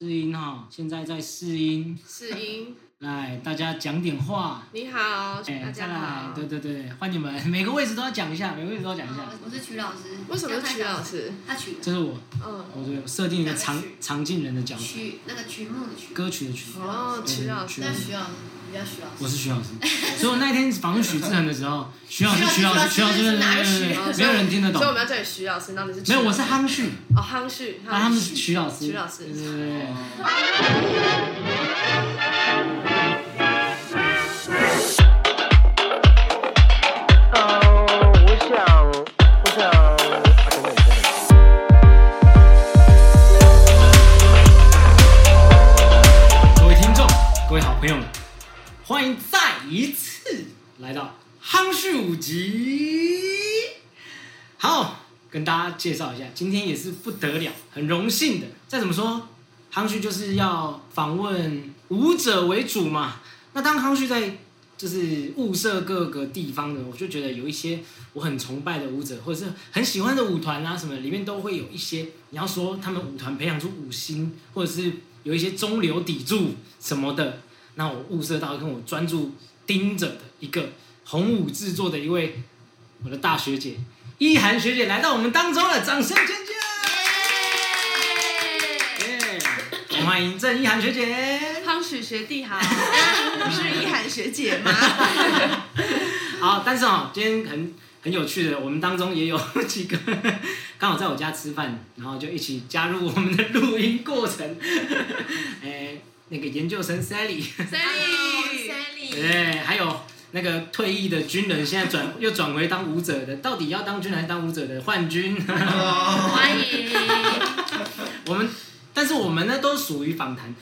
世英哈，现在在试音，世英，来大家讲点话。你好，大哎再家来，好。对对对，换你们， 每个位置都要讲一下，每个位置都要讲一下。我是曲老师。为什么是曲老？师？他曲这是我，嗯，我对设定一个常常进人的角色，曲那个曲目的曲。歌曲的曲。哦，曲老师对那，徐老师，你叫徐老师。我是徐老师，所以我那天访问许志恒的时 候，徐老师，徐老师，徐老师，哦没有人听得懂所以我。们要叫你徐老师，那你是曲没有，我老是师夯旭，哦，夯旭，啊，他们是徐老师，徐老师哦对对对对。嗯，我想，我想，啊，等等等等。各位听众，各位好朋友们，欢迎再一次来到夯旭五集。好，跟大家介绍一下，今天也是不得了，很荣幸的。再怎么说，夯旭就是要访问舞者为主嘛。那当夯旭在就是物色各个地方的，我就觉得有一些我很崇拜的舞者，或者是很喜欢的舞团啊什么，里面都会有一些你要说他们舞团培养出舞星，或者是有一些中流砥柱什么的。那我物色到跟我专注盯着的一个红舞制作的一位我的大学姐一涵学姐来到我们当中了，掌声尖叫！耶！我们欢迎郑一涵学姐。夯旭学 弟好，不是一涵学姐吗？好，但是哦，今天很很有趣的，我们当中也有 几个刚好在我家吃饭，然后就一起加入我们的录音过程。 哎、那个研究生 Sally， Sally。对，还有那个退役的军人，现在转又转回当舞者的，到底要当军人还是当舞者的幻军？欢迎。 我们，但是我们呢都属于访谈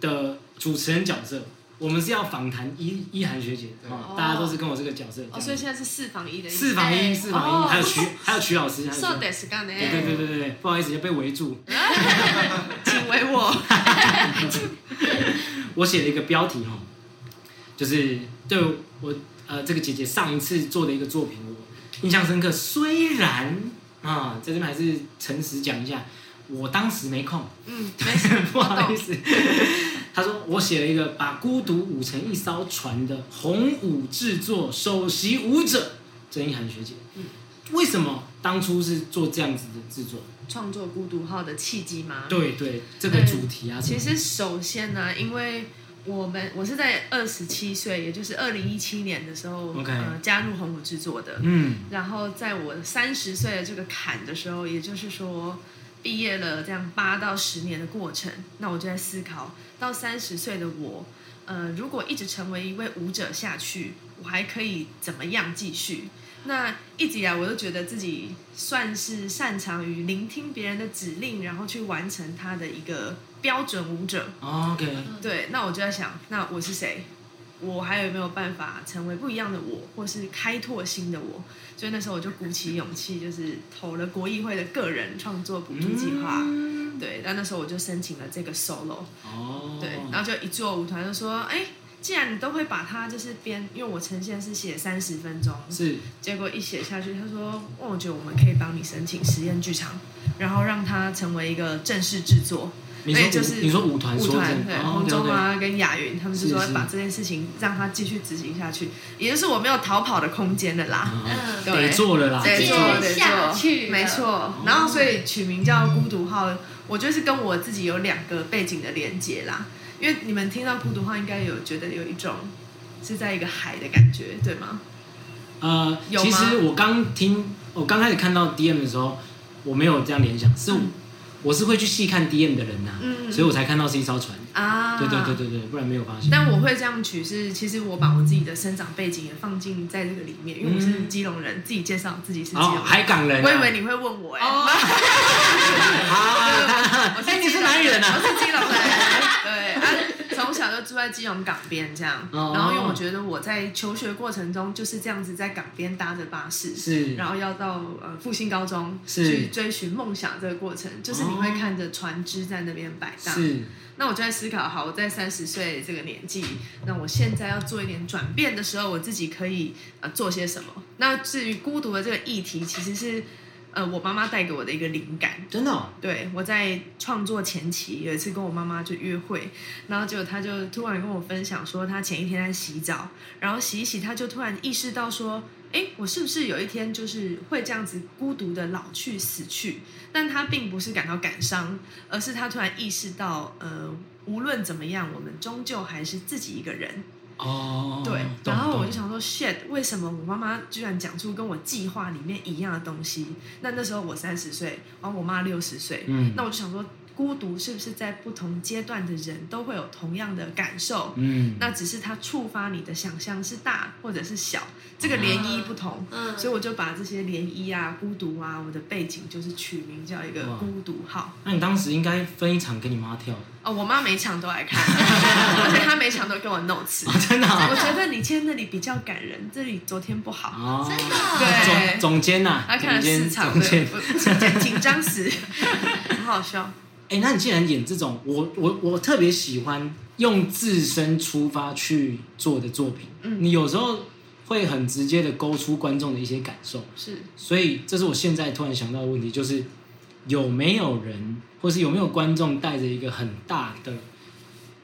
的主持人角色，我们是要访谈一一涵学姐的哦，大家都是跟我这个角色。哦，所以现在是四房一的意思。四访一，四访一，哦还有曲，还有曲老师，还有曲 So that's 干呢？哎对对对对对对，不好意思，要被围住。请为我。我写了一个标题哈，就是对我呃这个姐姐上一次做的一个作品，我印象深刻。虽然啊，在这边还是诚实讲一下，我当时没空， 嗯，没事，不我好意懂。思。他说我写了一个把孤独舞成一艘船的红舞制作首席舞者郑一涵学姐。为什么当初是做这样子的制作？创作孤独号的契机吗？对对，这个主题啊，其实首先呢、因为我们我是在二十七岁，也就是二零一七年的时候 OK 呃加入红舞制作的。嗯，然后在我三十岁的这个坎的时候，也就是说毕业了这样八到十年的过程，那我就在思考，到三十岁的我，呃，如果一直成为一位舞者下去，我还可以怎么样继续？那一直以来，我都觉得自己算是擅长于聆听别人的指令，然后去完成他的一个标准舞者。嗯 OK，对，那我就在想，那我是谁？我还有没有办法成为不一样的我，或是开拓新的我？所以那时候我就鼓起勇气，就是投了国议会的个人创作补助计划。对，但那时候我就申请了这个 solo。嗯哦，嗯对，然后就一做舞团就说，哎、既然你都会把它就是编，因为我呈现是写三十分钟，是结果一写下去，他说：“哦，我觉得我们可以帮你申请实验剧场，然后让它成为一个正式制作。”你说哎就舞是你说舞团舞说团这对样哦洪忠 OK，OK 啊跟雅云他们就是说是把这件事情让他继续执行下去，也就是我没有逃跑的空间的啦。嗯啊哦对得做了啦，对，得没接错做了没下错去了没错。然后所以取名叫孤独号，我觉得是跟我自己有两个背景的连接啦。因为你们听到孤独号，应该有觉得有一种是在一个海的感觉，对吗？呃，有其吗实我刚听，我刚开始看到 DM 的时候，我没有这样联想，是我嗯我是会去细看 DM 的人呐嗯，嗯所以我才看到是一艘船。啊，对对对对对，不然没有发现。但我会这样取是，其实我把我自己的生长背景也放进在这个里面，因为我是基隆人，自己介绍自己是基隆嗯哦，人。海港人啊，我以为你会问我哎、 哦啊，我是哎，你是基隆哪里人啊？我是基隆人， 对啊，从小就住在基隆港边这样。哦然后因为我觉得我在求学过程中就是这样子在港边搭着巴士，是然后要到呃复兴高中是去追寻梦想这个过程，就是你会哦看着船只在那边摆荡。是，那我就在思考，好，我在三十岁这个年纪，那我现在要做一点转变的时候，我自己可以呃做些什么？那至于孤独的这个议题，其实是呃我妈妈带给我的一个灵感。真的哦、对，我在创作前期有一次跟我妈妈就约会，然后结果她就突然跟我分享说，她前一天在洗澡，然后洗一洗，她就突然意识到说，哎，我是不是有一天就是会这样子孤独的老去死去？但她并不是感到感伤，而是她突然意识到，呃，无论怎么样，我们终究还是自己一个人。哦，对，懂然后我懂就想说，shit，为什么我妈妈居然讲出跟我计划里面一样的东西？那那时候我三十岁，然后我妈六十岁，嗯那我就想说，孤独是不是在不同阶段的人都会有同样的感受？嗯，那只是它触发你的想象是大或者是小，这个涟漪不同。嗯，所以我就把这些涟漪啊、孤独啊，我的背景就是取名叫一个哇孤独号。那你当时应该分一场给你妈跳，哦，我妈每场都来看，而且她每场都跟我 notes。真的啊我觉得你今天那里比较感人，这里昨天不好。哦，真的总对总监呐，他看总了监四场，总对，监。不紧紧张死， 很好笑。哎，那你既然演这种，我我我特别喜欢用自身出发去做的作品，嗯你有时候会很直接的勾出观众的一些感受，是，所以这是我现在突然想到的问题，就是有没有人或是有没有观众带着一个很大的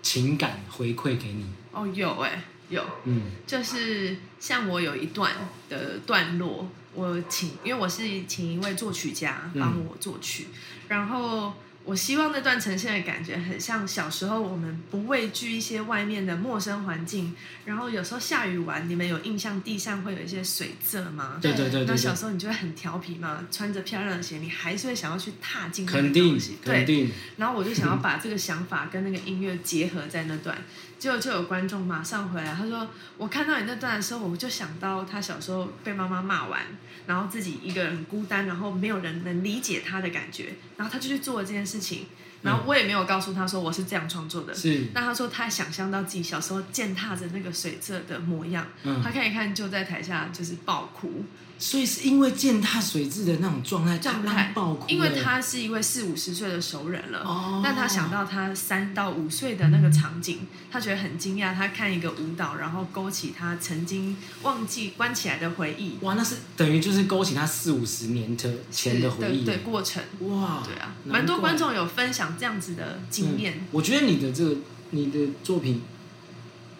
情感回馈给你？哦，有哎、有，嗯，就是像我有一段的段落，我请，因为我是请一位作曲家帮嗯我作曲，然后我希望那段呈现的感觉很像小时候我们不畏惧一些外面的陌生环境，然后有时候下雨玩，你们有印象地上会有一些水渍吗？对对对对那小对，时候你就会很调皮嘛，穿着漂亮的鞋，你还是会想要去踏进那个肯东定西肯对，定，然后我就想要把这个想法跟那个音乐结合在那段，结果就有观众马上回啊来，他说：“我看到你那段的时候，我就想到他小时候被妈妈骂完，然后自己一个人孤单，然后没有人能理解他的感觉，然后他就去做了这件事情，然后我也没有告诉他说我是这样创作的。嗯是，那他说他想象到自己小时候践踏着那个水渍的模样，嗯他，看一看就在台下就是爆哭，所以是因为践踏水质的那种状态，状让态他爆哭了，因为他是一位四五十岁的熟人了，哦，但他想到他三到五岁的那个场景，他觉得很惊讶。他看一个舞蹈，然后勾起他曾经忘记关起来的回忆，哇，那是等于就是勾起他四五十年的前的回忆，对对过程，哇，对啊，难怪蛮多观众有分享这样子的经验嗯。我觉得你的这个你的作品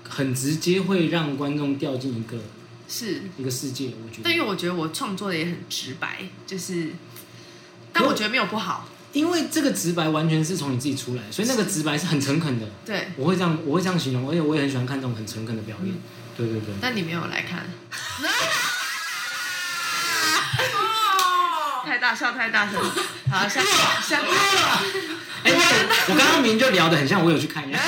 很直接，会让观众掉进一个是，一个世界。我觉但得，因为我觉得我创作的也很直白，就是，但有我觉得没有不好，因为这个直白完全是从你自己出来，所以那个直白是很诚恳的。对。嗯我会这样，我会这样形容，而且我也很喜欢看这种很诚恳的表演。对对对，但你没有来看，哦，太大笑太大声了。好，下下哎、我我刚刚明明就聊得很像，我有去看一下。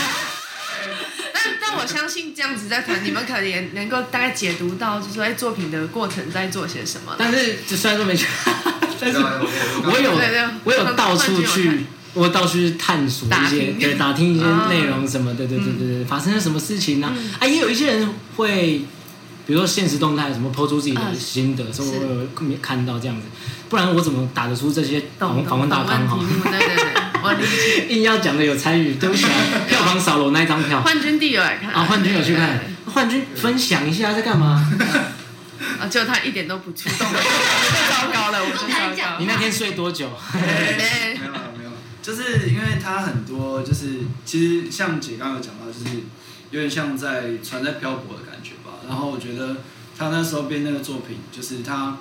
但但我相信这样子在谈，你们可能也能够大概解读到，就是在作品的过程在做些什么。但是就虽然说没去， 但是我有对对我有到处冠军有去看，我到处去探索一些，打听对，打听一些啊内容什么的，对对对对，发生了什么事情呢、啊嗯也有一些人会，比如说现实动态什么抛出自己的嗯心得，说是我有看到这样子，不然我怎么打得出这些访问访问大纲懂哈？题目，对对对， 我理解。硬要讲的有参 与，对不起啊，票房少了我那一张票幻君弟有来看啊，幻君有去看对，幻君分享一下在干嘛？啊，结果他一点都不触 动，我就糟糕了，我就糟糕你了。那天睡多久？ 对对没有啦没有啦，啊就是因为它很多，就是其实像姐刚刚有讲到，就是有点像在船在漂泊的感觉吧。然后我觉得他那时候编那个作品，就是他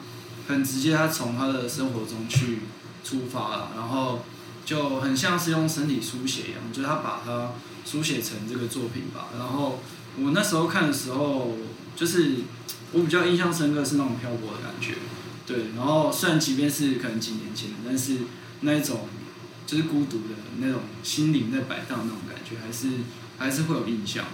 很直接，他从他的生活中去出发了，然后就很像是用身体书写一样，就是他把它书写成这个作品吧。然后我那时候看的时候，就是我比较印象深刻是那种漂泊的感觉。对，然后虽然即便是可能几年前的，但是那一种就是孤独的那种心灵在摆荡的那种感觉，还是还是会有印象。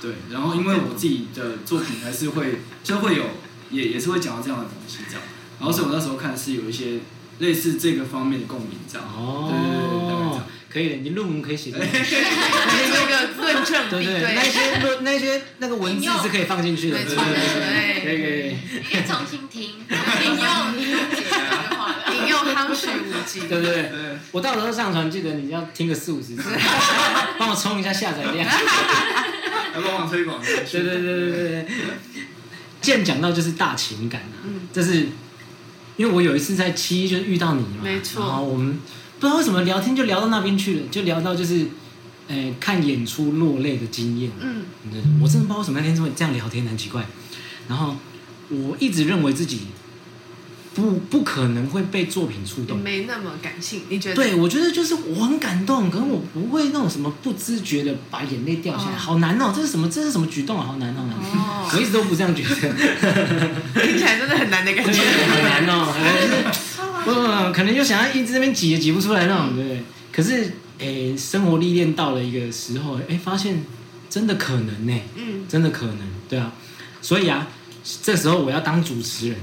对，然后因为我自己的作品还是会 就会有也也是会讲到这样的东西这样，然后所以我那时候看是有一些类似这个方面的共鸣这样。对对对对，大概这哦样，可以的，你论文可以写这个。对，这个论证对比对，那些论那些那个文字是可以放进去的，没对错哎对对，对可以可以，可以重新听，引用引用姐姐的话了。引用夯实无极，对不对？对，我到时候上传，记得你要听个四五十次，帮我冲一下下载量。要帮忙推广。对对对对对对。既然讲到就是大情感啊，嗯这是因为我有一次在七一就遇到你嘛，没错然后我们不知道为什么聊天就聊到那边去了，就聊到就是，呃，看演出落泪的经验。嗯，对，我真的不知道为什么那天这么这样聊天，很奇怪。然后我一直认为自己不不可能会被作品触你动，没那么感性，你觉得？对，我觉得就是我很感动，可是我不会那种什么不知觉的把眼泪掉下来，哦好难哦，这是什么？这是什么举动啊？好难哦，好难哦我一直都不这样觉得，听起来真的很难的感对，觉。好难哦，好难就是不不不，呃可能就想要一直那边挤也挤不出来那种，对。可是，诶，生活历练到了一个时候，诶，发现真的可能呢、嗯，真的可能，对啊。所以啊，这时候我要当主持人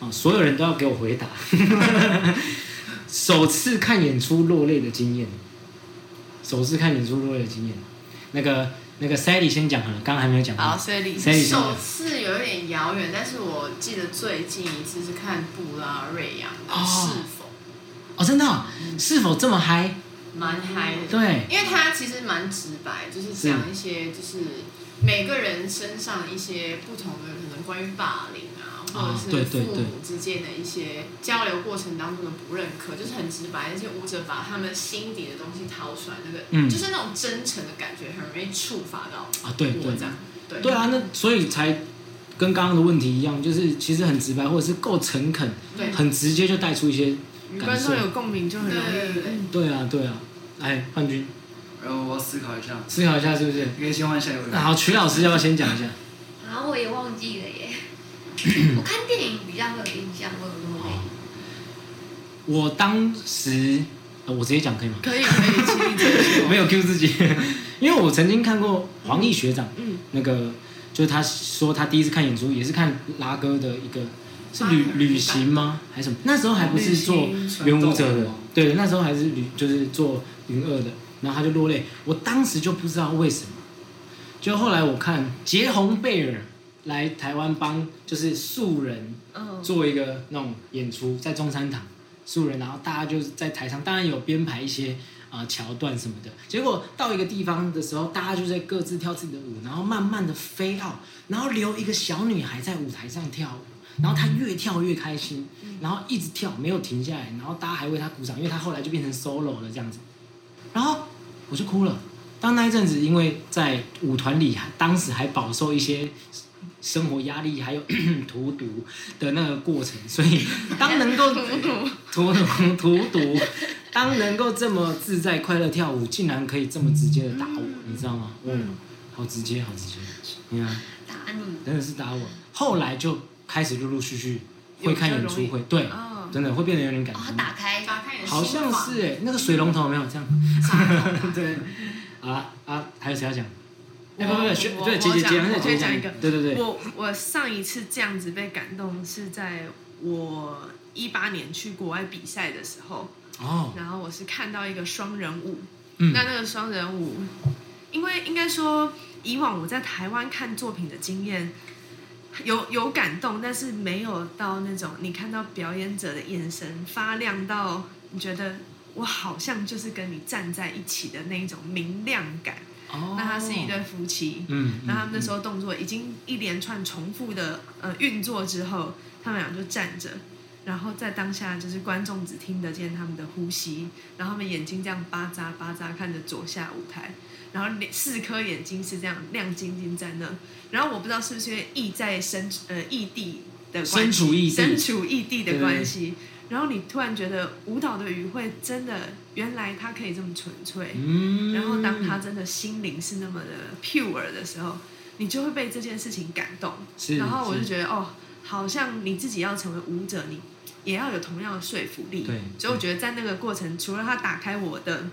啊，所有人都要给我回答。 首次看演出落泪的经验，首次看演出落泪的经验，那个那个 Sally 先讲好了，刚刚还没有讲好，完。所以你 Sally 先讲首。次有一点遥远，但是我记得最近一次是看布拉瑞扬的哦《是否哦，真的哦、是否这么嗨？》，蛮嗨的。对，因为他其实蛮直白，就是讲一些就是每个人身上一些不同的可能关于霸凌啊，或啊者对是对父对母之间的一些交流过程当中的不认可，就是很直白。那些舞者把他们心底的东西掏出来，那个、嗯就是那种真诚的感觉，很容易触发到啊，对我对这样。对对啊，那所以才跟刚刚的问题一样，就是其实很直白，或者是够诚恳，对很直接就带出一些与感观受众。有共鸣就很容对对对易。对啊，对啊。哎，冠军，然后我要思考一下，思考一下是不是？你可以先换下一位。那好，曲老师要不要先讲一下？啊，我也忘记 了耶。我看电影比较会有印象，我有落泪。我当时，呃我直接讲可以吗？可以可以，请你继续。没有 Q 自己，因为我曾经看过黄奕学长，嗯，那个就是他说他第一次看演出也是看拉哥的一个是旅啊旅行吗？还是什么？那时候还不是做旅行原舞者的，对，那时候还是旅就是做云二的，然后他就落泪，我当时就不知道为什么，就后来我看杰红贝尔来台湾帮就是素人嗯，做一个那种演出，在中山堂素人，然后大家就是在台上，当然有编排一些啊、呃桥段什么的。结果到一个地方的时候，大家就在各自跳自己的舞，然后慢慢的飞out，然后留一个小女孩在舞台上跳舞，然后她越跳越开心，然后一直跳没有停下来，然后大家还为她鼓掌，因为她后来就变成 solo 了这样子。然后我就哭了。当那一阵子，因为在舞团里，当时还饱受一些生活压力，还有 荼毒的那个过程，所以当能 够荼毒荼毒，当能够这么自在快乐跳舞，竟然可以这么直接的打我，你知道吗？嗯，好直接，好直接，你看，打你，真的是打我。后来就开始陆陆续续会看演出有比较容会，对，哦真的会变得有点感哦，动。打开，打开你的心好像房是哎、那个水龙头有没有这样？ 对，好啦啊，还有谁要讲？哎，不不不，学我对我姐姐讲姐，那我姐姐讲一个对对对，我我上一次这样子被感动是在我一八年去国外比赛的时候，哦，然后我是看到一个双人舞，嗯那那个双人舞，因为应该说以往我在台湾看作品的经验。有有感动，但是没有到那种你看到表演者的眼神发亮到你觉得我好像就是跟你站在一起的那一种明亮感。哦，那他是一对夫妻，嗯，嗯，那他们那时候候动作已经一连串重复的呃运作之后，他们俩就站着，然后在当下就是观众只听得见他们的呼吸，然后他们眼睛这样巴扎巴扎看着左下舞台，然后两四颗眼睛是这样亮晶晶在那，然后我不知道是不是因为异在身呃异地的关身系，处异身地，处异地对的关系。然后你突然觉得舞蹈的语汇真的，原来它可以这么纯粹，嗯然后当他真的心灵是那么的 pure 的时候，你就会被这件事情感动。是，然后我就得，觉得，哦，好像你自己要成为舞者，你也要有同样的说服力。对所以我觉得在那个过程，除了他打开我的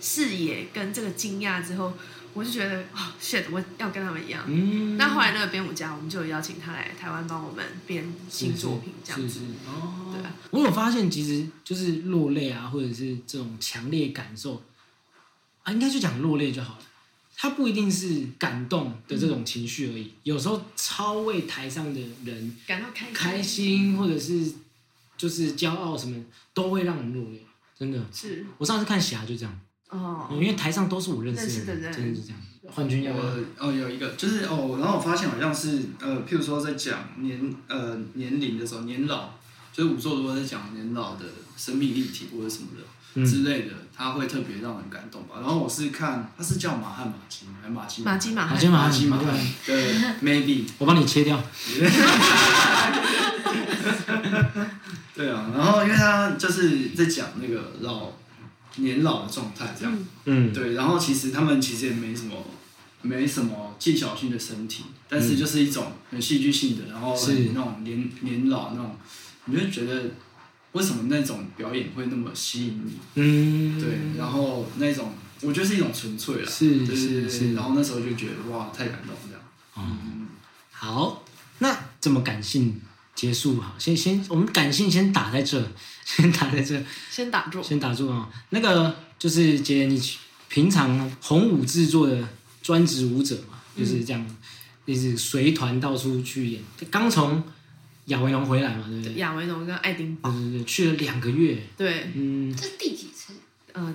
视野跟这个惊讶之后，我就觉得，哦，shit，我要跟他们一样。嗯，那后来那个编舞家，我们就有邀请他来台湾帮我们编新作品，这样是子。是哦，对啊我有发现，其实就是落泪啊，或者是这种强烈感受啊，应该就讲落泪就好了。它不一定是感动的这种情绪而已，有时候超为台上的人感到开心，开心或者是就是骄傲什么，都会让人落泪。真的，是我上次看霞就这样，哦，因为台上都是我认识的认识的人真的是这样。幻君要不要？我哦有一个就是哦，然后我发现好像是呃，譬如说在讲年呃年龄的时候，年老就是武作如果在讲年老的生命议题或者什么的。之嗯，类的，他会特别让人感动吧。然后我是看，他是叫马汉马基吗，还马基马基马好，汉今天马马上基马马上汉，对，maybe，我帮你切掉。对啊。然后因为他就是在讲那个老年老的状态这样，嗯，对。然后其实他们其实也没什么，没什么技巧性的身体，但是就是一种很戏剧性的，然后嗯是很那种年年老那种，你就觉得为什么那种表演会那么吸引你？嗯，对，然后那种我觉得是一种纯粹啦，是对是对对是然后那时候就觉得哇，太感动 这样。好，那这么感性结束好，先先我们感性先打在这， 先打在这，先打住。先打住啊、那个就是姐，你平常红舞制作的专职舞者嘛，就是这样，一直随团到处去演。刚从亚维农回来嘛，对不对？亚维农跟爱丁堡，对对对，嗯去了两个月。对，嗯，这是第几次？呃，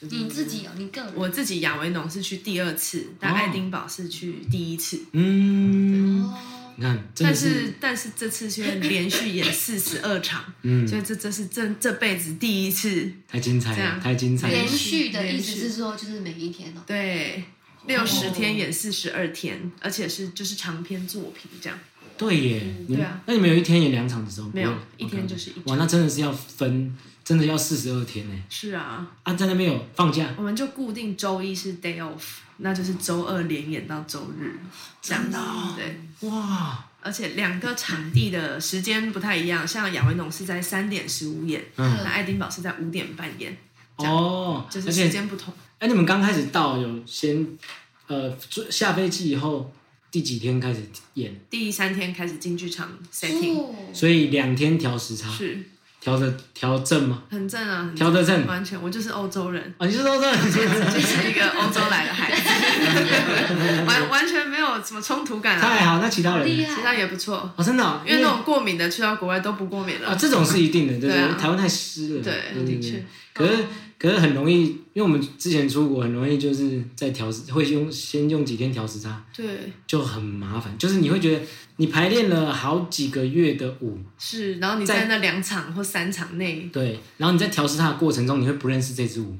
你自己哦，你个人。我自己亚维农是去第二次，但哦爱丁堡是去第一次。嗯，哦，你看，真的但是，是但是这次却连续演四十二场，嗯，所以这这是这这辈子第一次，太精彩这了，样太精彩连了，续的意连思续是说就是每一天哦。对，六十天演四十二天，而且是就是长篇作品这样，对耶。你对们啊那你们有一天演两场的时候不会没有吗一天就是一哇，那真的是要分，真的要四十二天呢。是啊，啊，在那边有放假，我们就固定周一是 day off，那就是周二连演到周日，这样的、哦对。哇，而且两个场地的时间不太一样，像亚维农是在三点十五演，嗯那爱丁堡是在五点半演，这样哦，就而是且。时间不同。哎、你们刚开始到有先，呃，坐下飞机以后第几天开始演？第三天开始进剧场 setting，、哦，所以两天调时差，是调的调正吗？很正啊，很调得正完全，我就是欧洲人， 啊，你是说这？就是一个欧洲来的孩子， 完完全没有什么冲突感 啊，太好，那其他厉人？其他害！也不错，哦，真的哦、因为那种过敏的去到国外都不过敏啊，了，这种是一定的，对不对？对啊台湾太湿了，对对的确。可是可是很容易，因为我们之前出国很容易就是在调时，会用先用几天调时差，对，就很麻烦。就是你会觉得你排练了好几个月的舞，是，然后你在在那两场或三场内，对，然后你在调试它的过程中，你会不认识这支舞，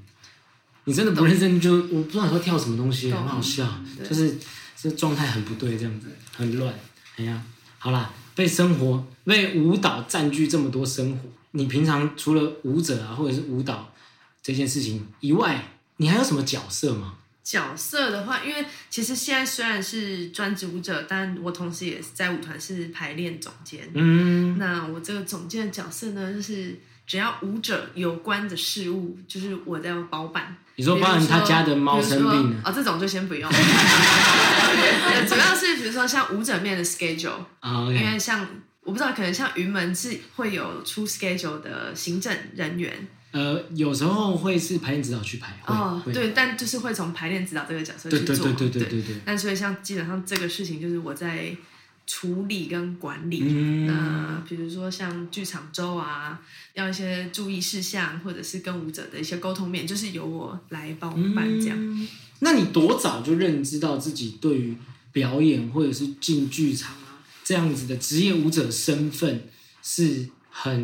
你真的不认识，就我不知道你会跳什么东西，懂很好笑，对就是这状态很不对，这样子很乱。哎呀，好啦，被生活被舞蹈占据这么多生活，你平常除了舞者啊，或者是舞蹈这件事情以外，你还有什么角色吗？角色的话，因为其实现在虽然是专职舞者，但我同时也是在舞团是排练总监。嗯，那我这个总监的角色呢，就是只要舞者有关的事物，就是我在包办。你说包含他家的猫生比病如说了哦，这种就先 不用。呃主要是比如说像舞者面的 schedule，啊因，OK，为像我不知道，可能像云门是会有出 schedule 的行政人员呃，有时候会是排练指导去排，会哦，会对，但就是会从排练指导这个角色去对对做，对对对对对，但所以像基本上这个事情就是我在处理跟管理。嗯，那比如说像剧场周啊，要一些注意事项，或者是跟舞者的一些沟通面，就是由我来帮嗯办这样。那你多早就认知到自己对于表演或者是进剧场啊这样子的职业舞者身份是很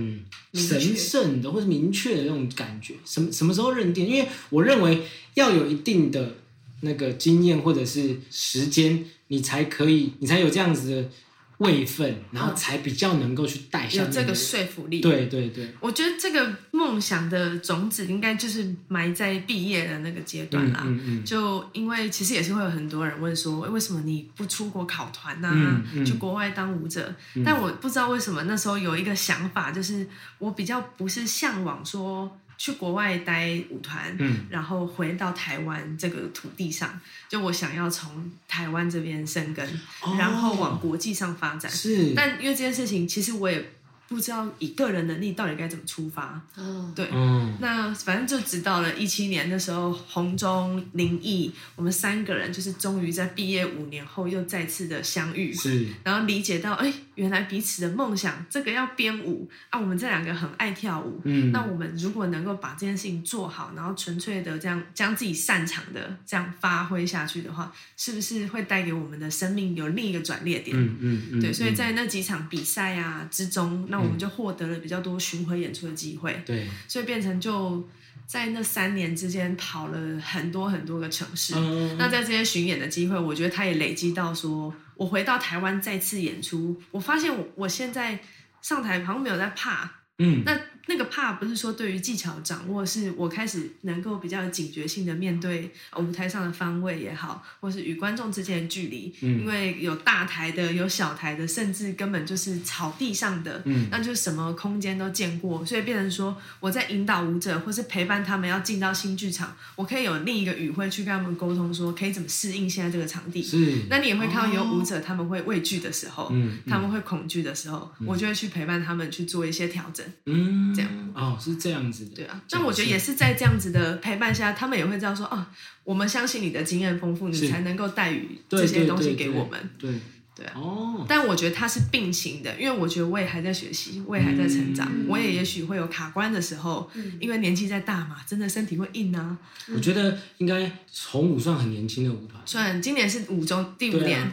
明确神圣的或者明确的那种感觉？什么什么时候认定？因为我认为要有一定的那个经验或者是时间，你才可以，你才有这样子的位分，然后才比较能够去带下有面这的个人说服力，对对对，我觉得这个梦想的种子应该就是埋在毕业的那个阶段嗯啦。嗯嗯，就因为其实也是会有很多人问说，诶为什么你不出国考团呐、嗯嗯去国外当舞者？但我不知道为什么那时候有一个想法，就是我比较不是向往说去国外待舞团，嗯然后回到台湾这个土地上，就我想要从台湾这边生根，哦然后往国际上发展。是，但因为这件事情，其实我也不知道以个人能力到底该怎么出发。哦，对，嗯那反正就直到了一七年的时候，红中、林毅，我们三个人就是终于在毕业五年后又再次的相遇，是。然后理解到，哎，原来彼此的梦想，这个要编舞啊，我们这两个很爱跳舞，嗯，那我们如果能够把这件事情做好，然后纯粹的这样将自己擅长的这样发挥下去的话，是不是会带给我们的生命有另一个转捩点？嗯嗯嗯，对，所以嗯在那几场比赛啊之中，那我们就获得了比较多巡回演出的机会，对，所以变成就在那三年之间跑了很多很多个城市。嗯，那在这些巡演的机会，我觉得他也累积到说，我回到台湾再次演出，我发现我我现在上台好像没有在怕，嗯那那个怕不是说对于技巧掌握，是我开始能够比较有警觉性的面对呃舞台上的方位也好，或是与观众之间的距离，嗯因为有大台的，有小台的，甚至根本就是草地上的，嗯那就是什么空间都见过，所以变成说我在引导舞者或是陪伴他们要进到新剧场，我可以有另一个语汇去跟他们沟通说，可以怎么适应现在这个场地。是，那你也会看到有舞者他们会畏惧的时候，哦嗯他们会恐惧的时候，我就会去陪伴他们去做一些调整。嗯这样哦是这样子的，对啊，这但样我觉得也是在这样子的陪伴下，他们也会知道说啊，我们相信你的经验丰富，是你才能够带予对这些对东西对给对我们。对对啊哦，但我觉得它是并行的，因为我觉得我也还在学习，我也还在成长，嗯我也也许会有卡关的时候，因为年纪在大嘛，真的身体会硬啊。我觉得应该红舞算很年轻的舞团，虽然今年是五中第五对年，啊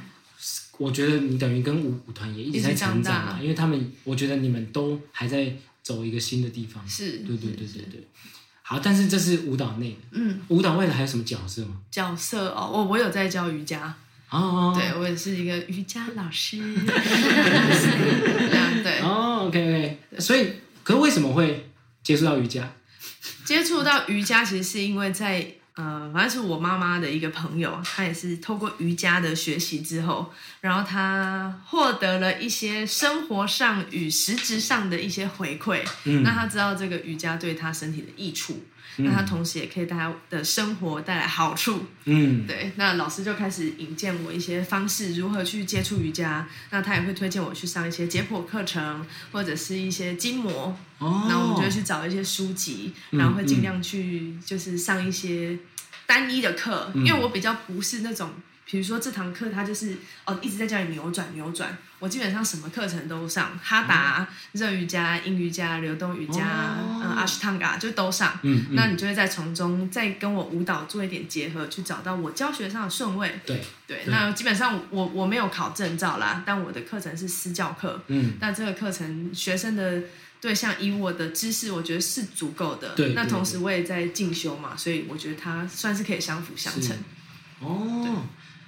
我觉得你等于跟舞舞团也一直在成长一直长啊，大因为他们，我觉得你们都还在走一个新的地方。是对对对是对对。好，但是这是舞蹈内的，嗯，舞蹈外的还有什么角色吗？角色哦，我我有在教瑜伽，哦，对我也是一个瑜伽老师，对啊对，哦，OK OK。所以，可是为什么会接触到瑜伽？接触到瑜伽，其实是因为在呃，反正是我妈妈的一个朋友，她也是透过瑜伽的学习之后，然后她获得了一些生活上与实质上的一些回馈。嗯那她知道这个瑜伽对她身体的益处，那她同时也可以带她的生活带来好处。嗯，对，那老师就开始引荐我一些方式，如何去接触瑜伽。那他也会推荐我去上一些解剖课程，或者是一些筋膜。哦，然后我们就会去找一些书籍，然后会尽量去就是上一些单一的课，因为我比较不是那种，比如说这堂课它就是哦一直在教你扭转扭转，我基本上什么课程都上，哈达、热瑜伽、阴瑜伽、流动瑜伽、哦嗯阿斯汤嘎就都上。嗯，嗯那你就会在从中再跟我舞蹈做一点结合，去找到我教学上的顺位。对，对，对那基本上我我没有考证照啦，但我的课程是私教课，嗯那这个课程学生的对象以我的知识，我觉得是足够的。对那对同时我也在进修嘛，所以我觉得它算是可以相辅相成是，哦，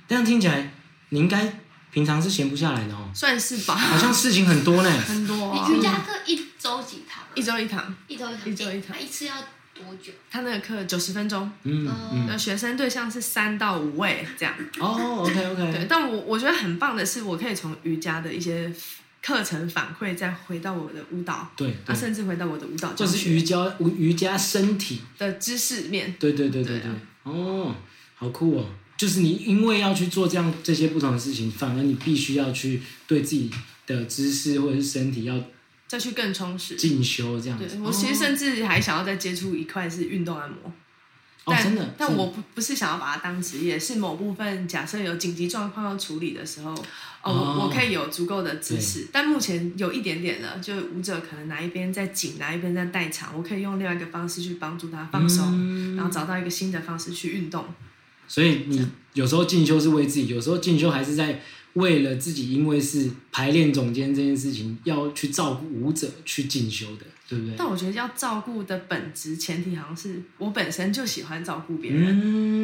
这样听起来你应该平常是闲不下来的哦，算是吧。好像事情很多呢。很多、啊你，瑜伽课一周几堂啊？一周一堂，一周一堂，一周一堂那一次要多久？他那个课九十分钟，嗯那嗯，学生对象是三到五位这样。哦，OK 呃对， OK，但我我觉得很棒的是，我可以从瑜伽的一些课程反馈，再回到我的舞蹈，对啊，对。甚至回到我的舞蹈就教是瑜学伽瑜伽身体，的知识面。对对对对对对啊，哦，好酷哦！就是你因为要去做这样这些不同的事情，反而你必须要去对自己的知识或者是身体要再去更充实，进修这样对子。我其实甚至还想要再接触一块是运动按摩，哦，但真的，但真的我不不是想要把它当职业，是某部分假设有紧急状况要处理的时候，哦，哦我我可以有足够的知识，但目前有一点点了，就是舞者可能哪一边在紧，哪一边在代偿，我可以用另外一个方式去帮助他放松，嗯然后找到一个新的方式去运动，所以你有时候进修是为自己，有时候进修还是在为了自己，因为是排练总监这件事情要去照顾舞者去进修的，对不对？但我觉得要照顾的本质前提好像是我本身就喜欢照顾别人，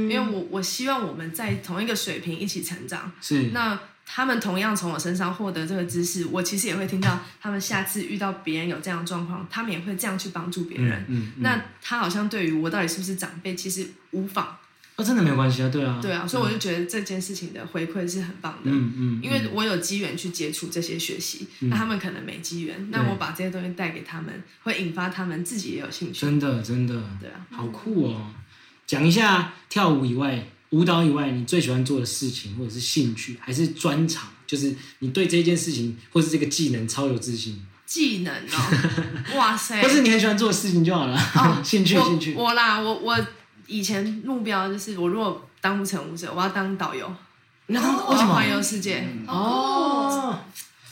嗯，因为我我希望我们在同一个水平一起成长。是那他们同样从我身上获得这个知识，我其实也会听到他们下次遇到别人有这样的状况，他们也会这样去帮助别人。嗯，嗯那他好像对于我到底是不是长辈，其实无妨。哦，真的没有关系啊，对啊，对啊，所以我就觉得这件事情的回馈是很棒的。嗯嗯，因为我有机缘去接触这些学习，那他们可能没机缘，那我把这些东西带给他们，会引发他们自己也有兴趣。真的真的，对啊，好酷哦！讲一下跳舞以外、舞蹈以外，你最喜欢做的事情，或者是兴趣，还是专长？就是你对这件事情或是这个技能超有自信，技能 哦，哇塞！或是你很喜欢做的事情就好了。哦兴趣，我兴趣。我啦，我我以前目标就是，我如果当不成舞者，我要当导游，那我哦为什要么嗯环？游世界。哦，哦，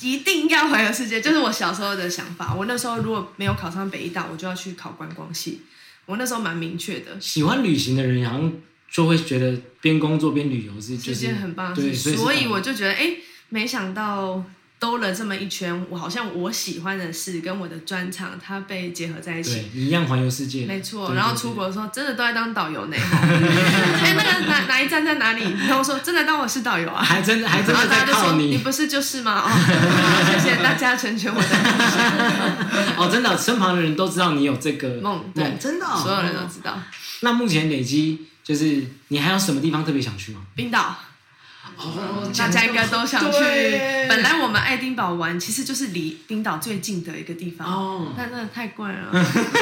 一定要环游世界，就是我小时候的想法。我那时候如果没有考上北医大，我就要去考观光系。我那时候蛮明确的，喜欢旅行的人好像就会觉得边工作边旅游是就是件很棒的对，事情。是所以棒的我就觉得，哎、没想到兜了这么一圈，我好像我喜欢的事跟我的专长它被结合在一起对。一样环游世界，没错，对然后对对出国的时候真的都在当导游 呢。哎、那个哪哪一站在哪里？然后我说真的当我是导游啊。还真的 还真然后的在大家就说靠你你不是就是吗？哦，好谢谢大家成全我的 哦，真的身旁的人都知道你有这个 梦，对梦，，真的所有人都哦。知道。那目前累积就是你还有什么地方特别想去吗？冰岛，哦大家应该都想去对。本来我们爱丁堡玩，其实就是离冰岛最近的一个地方。哦但真的太贵 了，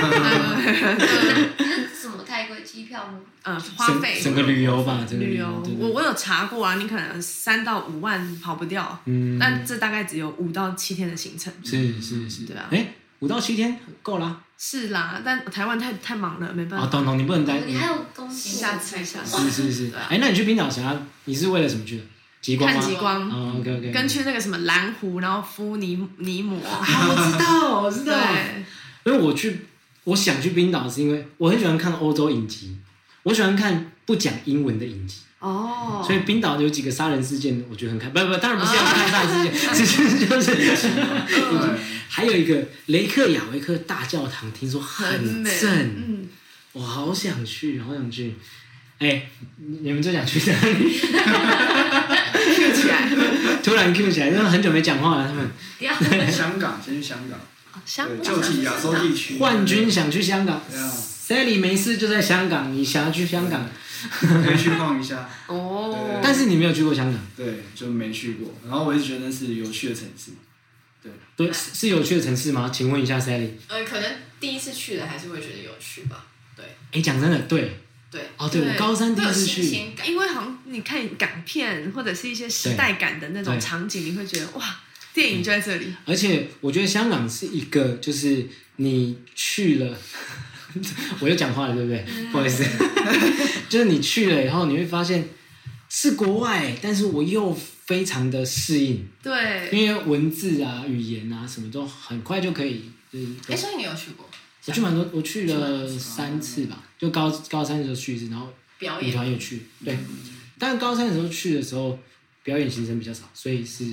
对那是什么泰国机票吗？呃，花费整整个旅游吧，整个旅旅游游。对，对我我有查过啊，你可能三到五万跑不掉，嗯但这大概只有五到七天的行程。是是是，对啊哎，五到七天够啦。是啦，但台湾太太忙了，没办哦，法。懂懂，你不能待。你还有工作，下次下次是是是。对啊哎，那你去冰岛峡，你是为了什么去的？极光吗？看极光哦，OK OK。跟去那个什么蓝湖，然后敷泥泥膜。啊，我知道，我知道。因对，为我去，我想去冰岛是因为我很喜欢看欧洲影集，我喜欢看不讲英文的影集，哦，所以冰岛有几个杀人事件，我觉得很看，不不，当然不是要看杀人 事件，只是就是对，还有一个雷克雅维克大教堂，听说很美，正，嗯，我好想去，好想去。哎，你你们最想去哪 里？ Q 起来。突然 Q 起来，因为很久没讲话了。他们不要香港先去香港，香对，港救济亚洲地区。 冠军想去香港对啊，Sally 没事就在香港，你想要去香港，可以去逛一下，哦对，但是你没有去过香港。对，就没去过。然后我一直觉得那是有趣的城市，对，是是有趣的城市吗？请问一下 Sally。呃，可能第一次去的还是会觉得有趣吧。对哎，讲真的，对，对，哦，对对我高三第会一有次新去，鲜感。因为好像你看港片或者是一些时代感的那种对场景，你会觉得哇，电影就在这里。而且我觉得香港是一个，就是你去了， 我又讲话了，对不对？嗯不好意思， 就是你去了以后，你会发现是国外，但是我又非常的适应，对，因为文字啊、语言啊什么都很快就可以。就是哎，所以你有去过我去蛮多，我去了三次吧，就高高三的时候去一次，然后表女演？团有去，对，但高三的时候去的时候，表演行程比较少，所以是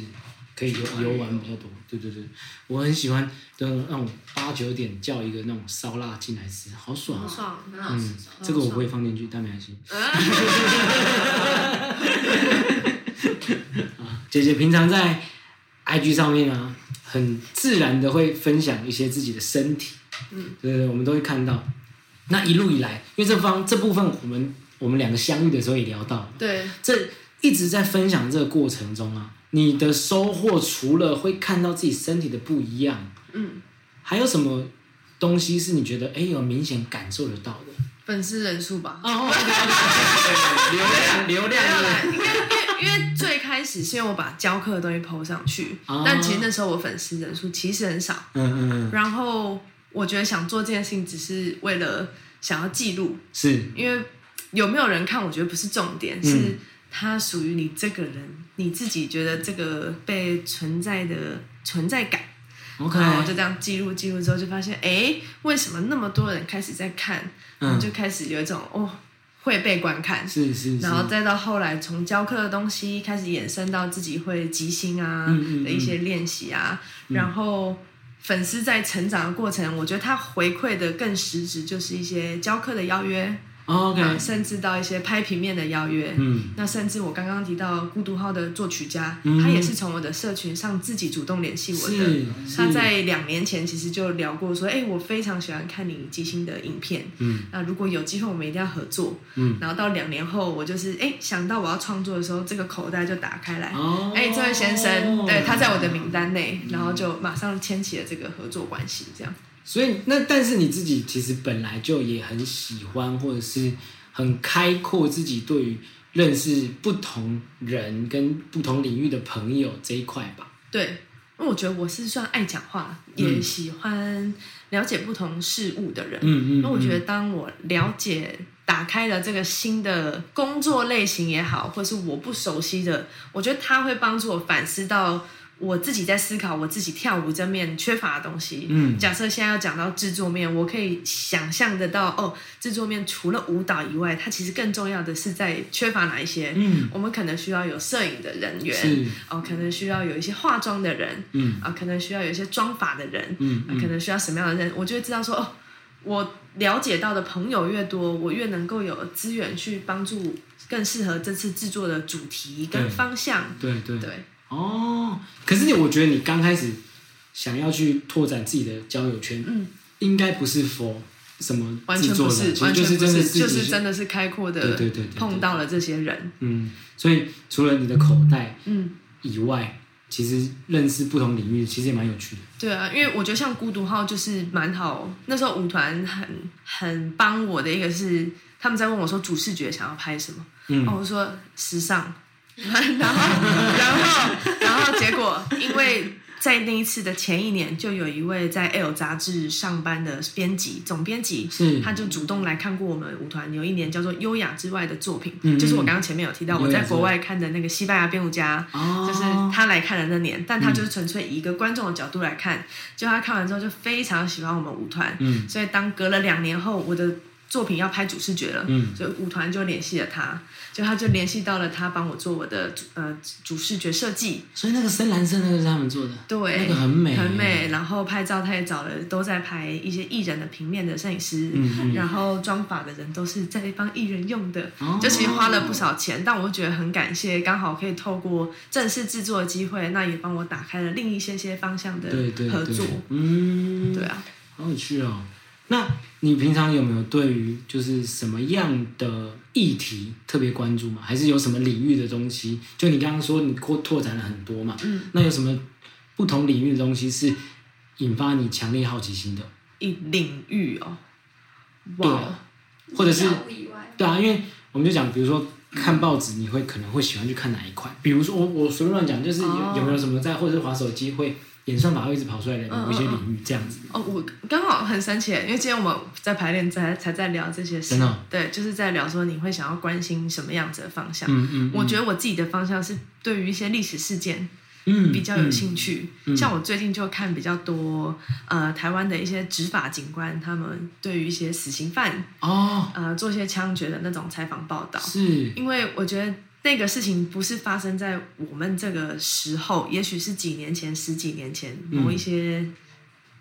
可以游游玩比较多。对对对，我很喜欢那种那种八九点叫一个那种烧腊进来吃，好爽哦好啊！爽。很好嗯吃，这个我不会放进去，但没关系。啊姐姐平常在 IG 上面啊，很自然的会分享一些自己的身体，嗯，对对，我们都会看到。那一路以来，因为这方这部分我们我们两个相遇的时候也聊到， 对，这一直在分享这个过程中啊，你的收获除了会看到自己身体的不一样，嗯，还有什么东西是你觉得哎有明显感受得到的？粉丝人数吧。 哦，流量流没有量啦，因为因为因为最开始是因为我把教课的东西 PO 上去哦，但其实那时候我粉丝人数其实很少。嗯嗯嗯，然后我觉得想做这件事情，只是为了想要记录，是因为有没有人看，我觉得不是重点，嗯是它属于你这个人，你自己觉得这个被存在的存在感。 OK，然后我就这样记录记录之后，就发现，哎，为什么那么多人开始在看？嗯就开始有一种哦会被观看。是是是然，后再到后来，从教课的东西开始衍生到自己会即兴啊嗯嗯嗯嗯的一些练习啊，然后粉丝在成长的过程，我觉得他回馈的更实质就是一些教课的邀约，哦 OK，啊甚至到一些拍平面的邀约。嗯那甚至我刚刚提到孤独号的作曲家，嗯他也是从我的社群上自己主动联系我的。是，他是在两年前其实就聊过说，哎、我非常喜欢看你即兴的影片，嗯那如果有机会我们一定要合作。嗯，然后到两年后，我就是哎、诶想到我要创作的时候，这个口袋就打开来，哎、哦，这位先生，对，他在我的名单内，然后就马上牵起了这个合作关系，这样。所以那但是你自己其实本来就也很喜欢，或者是很开阔自己对于认识不同人跟不同领域的朋友这一块吧。对，因为我觉得我是算爱讲话，嗯也喜欢了解不同事物的人。嗯嗯那我觉得，当我了解、打开了这个新的工作类型也好，或是我不熟悉的，我觉得它会帮助我反思到我自己在思考我自己跳舞这面缺乏的东西。嗯假设现在要讲到制作面，我可以想象得到，哦，制作面除了舞蹈以外，它其实更重要的是在缺乏哪一些？嗯我们可能需要有摄影的人员是，哦，可能需要有一些化妆的人，嗯啊、可能需要有一些妆法的人，嗯啊可能需要什么样的人，我就会知道说，哦，我了解到的朋友越多，我越能够有资源去帮助更适合这次制作的主题对跟方向。对对对，哦，可是你我觉得你刚开始想要去拓展自己的交友圈，嗯，应该不是 for 什么完制全作不人，是其，实完就全是不真的是，自己就是真的是开阔对对的对对对碰到了这些人，嗯，所以除了你的口袋嗯，以外，其实认识不同领域其实也蛮有趣的。对啊，因为我觉得像孤独号就是蛮好，那时候舞团很很帮我的一个是他们在问我说主视觉想要拍什么，嗯哦，我说时尚， 然后然后然后结果，因为在那一次的前一年，就有一位在 L 杂志上班的编辑总编辑，是他就主动来看过我们舞团有一年叫做《优雅之外》的作品，嗯就是我刚刚前面有提到我优雅在之外国外看的那个西班牙编舞家。哦嗯就是他来看的那年，但他就是纯粹以一个观众的角度来看，就他看完之后就非常喜欢我们舞团，嗯所以当隔了两年后，我的作品要拍主视觉了，嗯所以舞团就联系了他，就他就联系到了他帮我做我的主呃主视觉设计，所以那个深蓝色那个是他们做的，对，那个很美很美。然后拍照他也找了都在拍一些艺人的平面的摄影师，嗯嗯，然后妆法的人都是在帮艺人用的，哦就其实花了不少钱，但我觉得很感谢，刚好可以透过正式制作的机会，那也帮我打开了另一些些方向的对对合对作，，嗯，对，啊。好有趣哦。那你平常有没有对于就是什么样的议题特别关注吗？还是有什么领域的东西？就你刚刚说你扩拓展了很多嘛，嗯，那有什么不同领域的东西是引发你强烈好奇心的，一领域哦，对哇，哦或者是跳舞以外，对啊，因为我们就讲，比如说看报纸，你会可能会喜欢去看哪一块？比如说我我随便乱讲，就是有、哦有没有什么在，或者是滑手机会演算法会一直跑出来的某一些嗯嗯领域这样子。哦，我刚好很神奇，因为今天我们在排练才才在聊这些事真的哦，对，就是在聊说你会想要关心什么样子的方向。嗯嗯，我觉得得我自己的方向是对于一些历史事件嗯比较有兴。趣，嗯嗯像我最近就看比较多呃台湾的一些执法警官他们对于一些死刑犯嗯哦，呃做一些枪决的那种采访报道，是因为我觉得那个事情不是发生在我们这个时候，也许是几年前、十几年前嗯某一些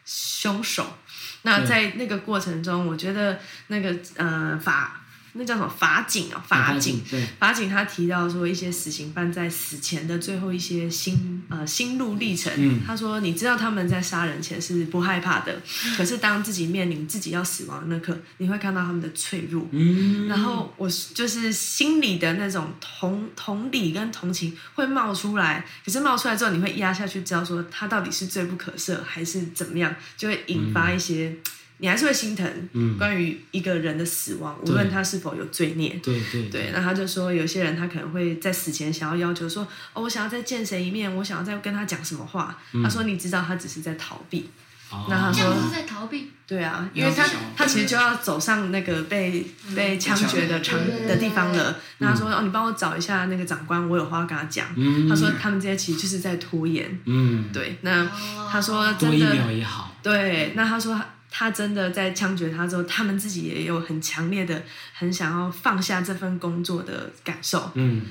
凶手。那在那个过程中，我觉得那个呃法那叫什么法警啊、法警。对，法警他提到说，一些死刑犯在死前的最后一些心呃心路历程，嗯他说，你知道他们在杀人前是不害怕的，可是当自己面临自己要死亡的那刻，你会看到他们的脆弱，嗯，然后我是就是心里的那种同同理跟同情会冒出来，可是冒出来之后，你会压下去，知道说他到底是罪不可赦还是怎么样，就会引发一些，你还是会心疼。嗯关于一个人的死亡，无对论他是否有罪孽，对对对，那他就说，有些人他可能会在死前想要要求说，哦，我想要再见谁一面，我想要再跟他讲什么话。嗯他说，你知道他只是在逃避。哦那他这说样不是在逃避，对啊，你因要为他去想他其实就要走上那个被被枪决的场对的地方了。那他说：“哦，你帮我找一下那个长官，我有话要跟他讲。”嗯他说：“他们这些其实就是在拖延。嗯，”，对，那哦他说多真一秒的也好，对，那他说他他真的在枪决他之后，他们自己也有很强烈的很想要放下这份工作的感受。嗯，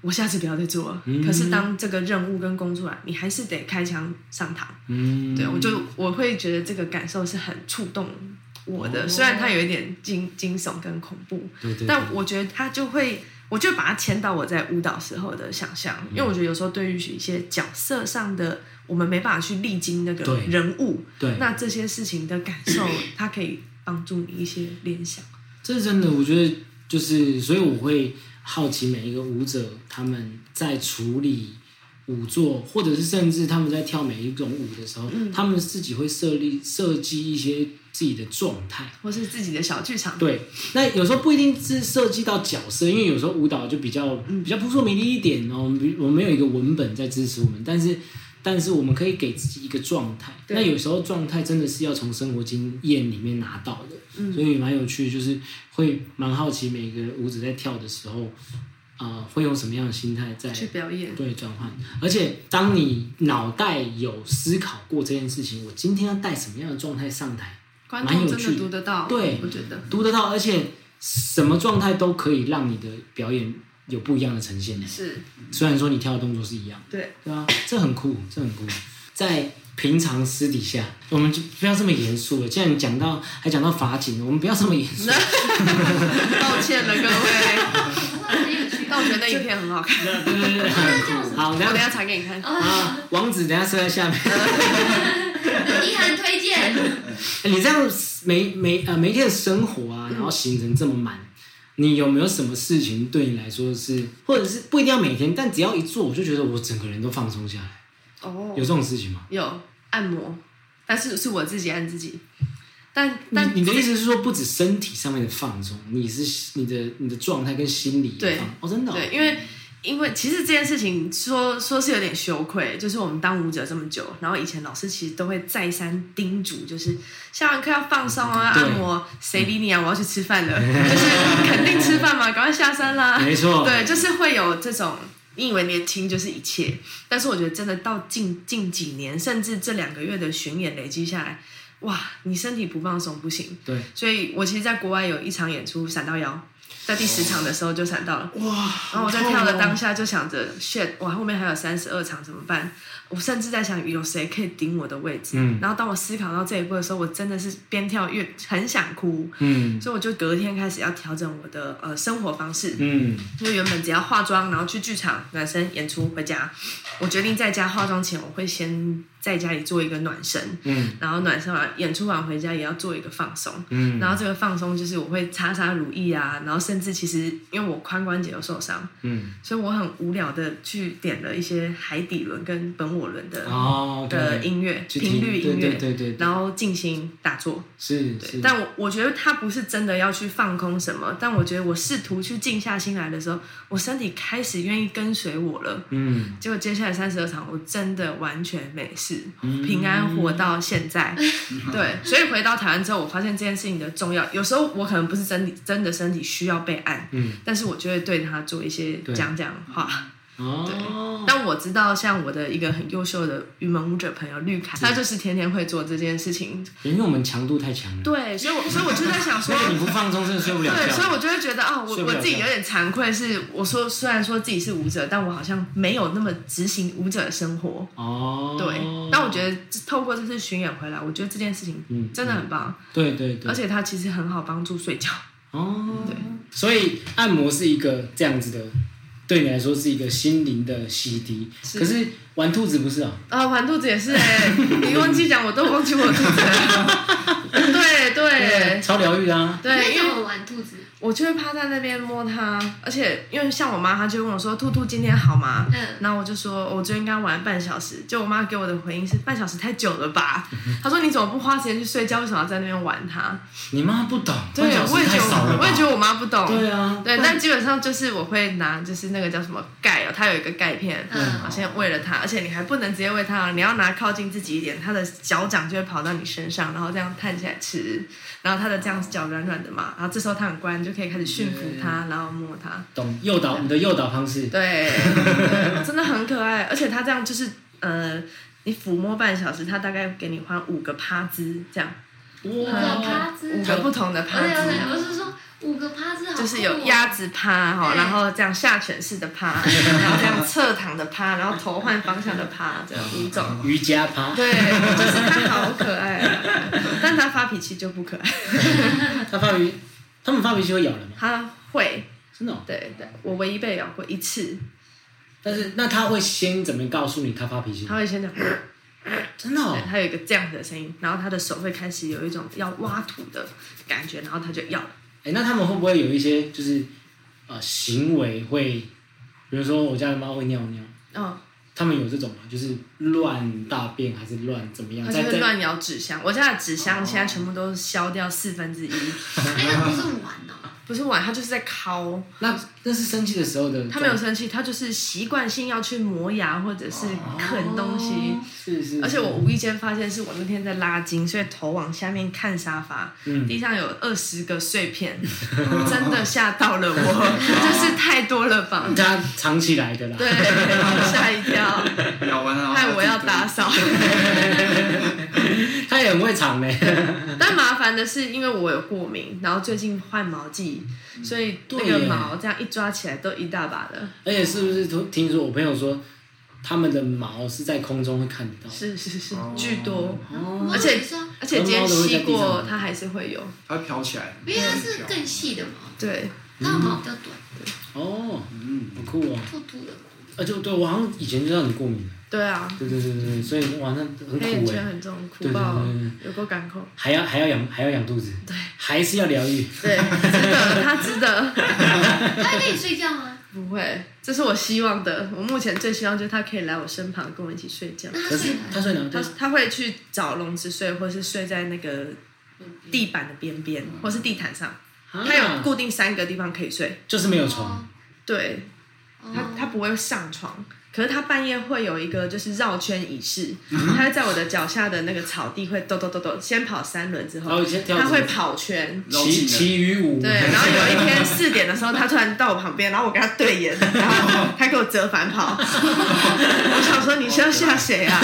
我下次不要再做了。嗯可是当这个任务跟工作来，啊你还是得开枪上膛。嗯，对，我就我会觉得这个感受是很触动我的，哦虽然它有一点惊惊悚跟恐怖，对对，但我觉得它就会，我就把它牵到我在舞蹈时候的想象，嗯因为我觉得有时候对于一些角色上的，我们没办法去历经那个对人物，对，那这些事情的感受，它可以帮助你一些联想。这是真的，我觉得就是，所以我会好奇每一个舞者他们在处理舞作，或者是甚至他们在跳每一种舞的时候，他们自己会设立设计一些自己的状态。或是自己的小剧场，对，那有时候不一定是涉及到角色，因为有时候舞蹈就比较嗯比较扑朔迷离一点哦。我们比我们没有一个文本在支持我们，但是但是我们可以给自己一个状态。对那有时候状态真的是要从生活经验里面拿到嗯的，所以蛮有趣，就是会蛮好奇每个舞者在跳的时候，呃会用什么样的心态在去表演，对转换。而且当你脑袋有思考过这件事情，我今天要带什么样的状态上台，观蛮众有真趣的的读得到，对我觉得读得到，而且什么状态都可以让你的表演有不一样的呈现。是，虽然说你跳的动作是一样的。对，对啊，这很酷，这很酷。在平常私底下，我们就不要这么严肃了。既然讲到还讲到法警，我们不要这么严肃。道歉了各位，哇，很有趣。但我觉得那影片很好看，对对对，很酷。好，我等等一下下传给你看，啊，网址等下设在下面。一涵推荐，你这样每每呃每一天的生活啊，然后行程这么满，你有没有什么事情对你来说是，或者是不一定要每天，但只要一做，我就觉得我整个人都放松下来。哦有，这种事情吗？有按摩，但是是我自己按自己，但但你你的意思是说，不止身体上面的放松，你是你的你的状态跟心理也对放哦，真的哦、对，因为因为其实这件事情说说是有点羞愧，就是我们当舞者这么久，然后以前老师其实都会再三叮嘱，就是下完课要放松啊，对按摩，谁理你啊？我要去吃饭了，就是肯定吃饭嘛，赶快下山啦。没错，对，就是会有这种，你以为年轻就是一切，但是我觉得真的到近近几年，甚至这两个月的巡演累积下来，哇，你身体不放松不行。对，所以我其实在国外有一场演出闪到腰，在第十场的时候就闪到了。哇，然后我在好痛跳哦的当下就想着，shit，哇，后面还有三十二场怎么办？我甚至在想有谁可以顶我的位置。嗯然后当我思考到这一步的时候，我真的是边跳越很想哭，嗯所以我就隔天开始要调整我的呃生活方式。嗯，因为原本只要化妆，然后去剧场暖身演出回家，我决定在家化妆前，我会先在家里做一个暖身，嗯，然后暖身完演出完回家也要做一个放松，嗯然后这个放松就是我会擦擦乳液啊，然后甚至其实因为我髋关节有受伤，嗯，所以我很无聊的去点了一些海底轮跟本我轮的、哦，的对音乐去频听率音对乐，对对对对然后静心打坐，是对是，但我我觉得他不是真的要去放空什么，但我觉得我试图去静下心来的时候，我身体开始愿意跟随我了。嗯，结果接下来三十二场，我真的完全没事，平安活到现 在。对，所以回到台湾之后，我发现这件事情的重要。有时候我可能不是真的真的身体需要被按，嗯，但是我就会对嗯他做一些对讲讲话。哦，但我知道，像我的一个很优秀的云门舞者朋友绿凯，他就是天天会做这件事情。因为我们强度太强了，对，所以我所以我就在想 说所，以你不放松真的睡不了觉，对，所以我就会觉得啊、睡我不了我觉自己有点惭愧是，我说虽然说自己是舞者，但我好像没有那么执行舞者的生活。哦，对，但我觉得透过这次巡演回来，我觉得这件事嗯情真的很棒，对对对，而且它其实很好帮助睡觉。哦，对，所以按摩是一个这样子的。对你来说是一个心灵的洗涤，可是玩兔子不是啊、啊，玩肚子也是哎、 你忘记讲，我都忘记我肚子了。对对超疗愈的啊，对，因那为怎么玩兔子？我就会趴在那边摸它，而且因为像我妈，她就会问我说：“兔兔今天好吗？”嗯然后我就说：“我昨天刚玩半小时。”就我妈给我的回应是：“半小时太久了吧？”她说：“你怎么不花时间去睡觉？为什么要在那边玩它你妈不懂，？”对，半小时我也啊觉太得少了吧我，我也觉得我妈不懂。对啊，对，但基本上就是我会拿，就是那个叫什么钙哦，它有一个钙片，嗯我先喂了它，而且你还不能直接喂它，你要拿靠近自己一点，它的脚掌就会跑到你身上，然后这样探起来吃，然后它的这样脚软软的嘛，然后这时候它很乖，你就可以开始驯服它，然后摸它，懂诱导你的诱导方式，对，对真的很可爱，而且它这样就是呃，你抚摸半小时，它大概给你换五个趴姿，这样个哇，趴姿五，个啊不同的趴对对姿。对，我是说五个趴姿好酷哦，就是有鸭子趴哈，对然后这样下犬式的 趴，然后这样侧躺的趴，然后头换方向的趴，这样五种。瑜伽趴， 对，就是它好可爱、 啊，但它发脾气就不可爱。他发脾，他们发脾气会咬人吗？它会，真的、哦？对对，我唯一被咬过一次，但是那他会先怎么告诉你他发脾气它？会先讲，对，真的、哦？它有一个这样的声音，然后它的手会开始有一种要挖土的感觉，然后它就咬了。哎、那他们会不会有一些就是呃行为会，比如说我家的猫会尿尿，嗯，他们有这种吗？就是乱大便还是乱怎么样？它就嗯在哦会在乱咬纸箱，我家的纸箱现在全部都削掉四分之一，哎，那不是玩哦，不是玩，他就是在敲。那那是生气的时候的状，他没有生气，他就是习惯性要去磨牙或者是啃东西。是是，而且我无意间发现，是我那天在拉筋，所以头往下面看沙发，嗯地上有二十个碎片，真的吓到 了我，就是太多了吧？他藏起来的啦。对，吓一跳，咬完了，害我要打 死。扫。 他也很会藏嘞。但麻烦的是，因为我有过敏，然后最近换毛季，所以那对耶个毛这样一抓起来都一大把的。而且是不是听听说我朋友说，他们的毛是在空中会看得到？是是是，巨多，哦，而且是啊，而且今天吸猫的会在地过上它还是会有。它会飘起来，因为它是更细的毛，对，那毛比较短，哦，嗯，很酷哦。兔兔的。而且对我好像以前就知道你过敏，对啊，对对对对对，所以哇，那很黑眼苦圈哎，很重，苦对对爆对对，有够感控。还要还要养还要养肚子，对，还是要疗 愈。对，值得，它值得。它可以睡觉啊吗？不会，这是我希望的。我目前最希望就是它可以来我身旁跟我一起睡觉。那它可是睡哪？他睡哪？它对它会去找笼子睡，或是睡在那个地板的边边，或是地毯上。它有啊固定哦三个地方可以睡。就是没有床，对，它啊它不会上床，可是它半夜会有一个就是绕圈仪式，嗯它会在我的脚下的那个草地会抖抖抖抖，先跑三轮之然后后，哦先跳它会跑圈。绕骑进来骑鱼舞， 对，然后有一天四点的时候，它突然到我旁边，然后我跟它对眼，然后它给我折返 跑。我想说你是要吓谁啊？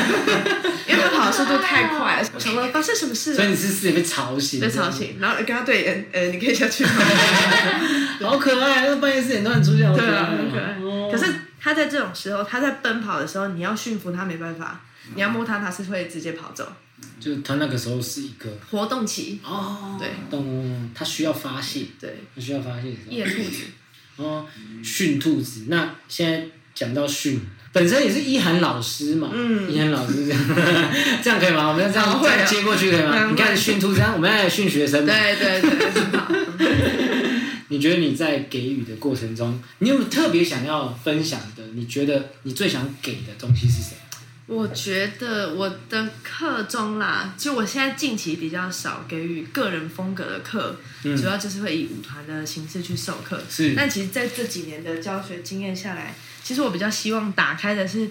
因为它跑的速度太快了，我想说发生什么事哦所以了？你是是被吵醒，被吵，醒，然后跟它对眼，呃，你可以下去吗？好可爱，啊那半夜四点突然出现，好对爱啊，哦很可爱。哦可是他在这种时候，他在奔跑的时候，你要驯服他没办法，你要摸他，他是会直接跑走。就他那个时候是一个活动期，哦，对懂懂懂，他需要发泄，对，他需要发泄的时候夜兔子，哦，训兔子。那现在讲到训，本身也是一涵老师嘛，嗯一涵老师这样， 这样可以吗？我们要这样好会哦这样接过去可以吗？嗯你看训兔子，这啊样我们要来训学生嘛。 对对对，很好你觉得你在给予的过程中，你有没有特别想要分享的？你觉得你最想给的东西是什么？我觉得我的课中啦，就我现在近期比较少给予个人风格的课，嗯主要就是会以舞团的形式去授课。是但其实在这几年的教学经验下来，其实我比较希望打开的是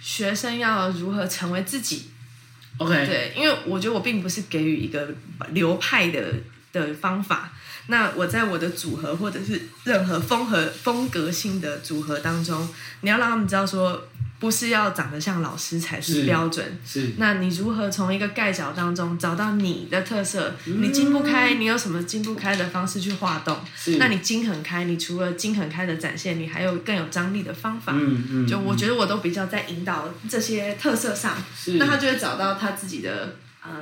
学生要如何成为自己。 OK，对，因为我觉得我并不是给予一个流派的的方法。那我在我的组合或者是任何风和风格性的组合当中，你要让他们知道说，不是要长得像老师才是是标准。是那你如何从一个盖角当中找到你的特色？你筋不开，你有什么筋不开的方式去化动？嗯是，那你筋很开，你除了筋很开的展现，你还有更有张力的方法。嗯嗯，就我嗯觉得我都比较在引导这些特色上，是那他就会找到他自己的呃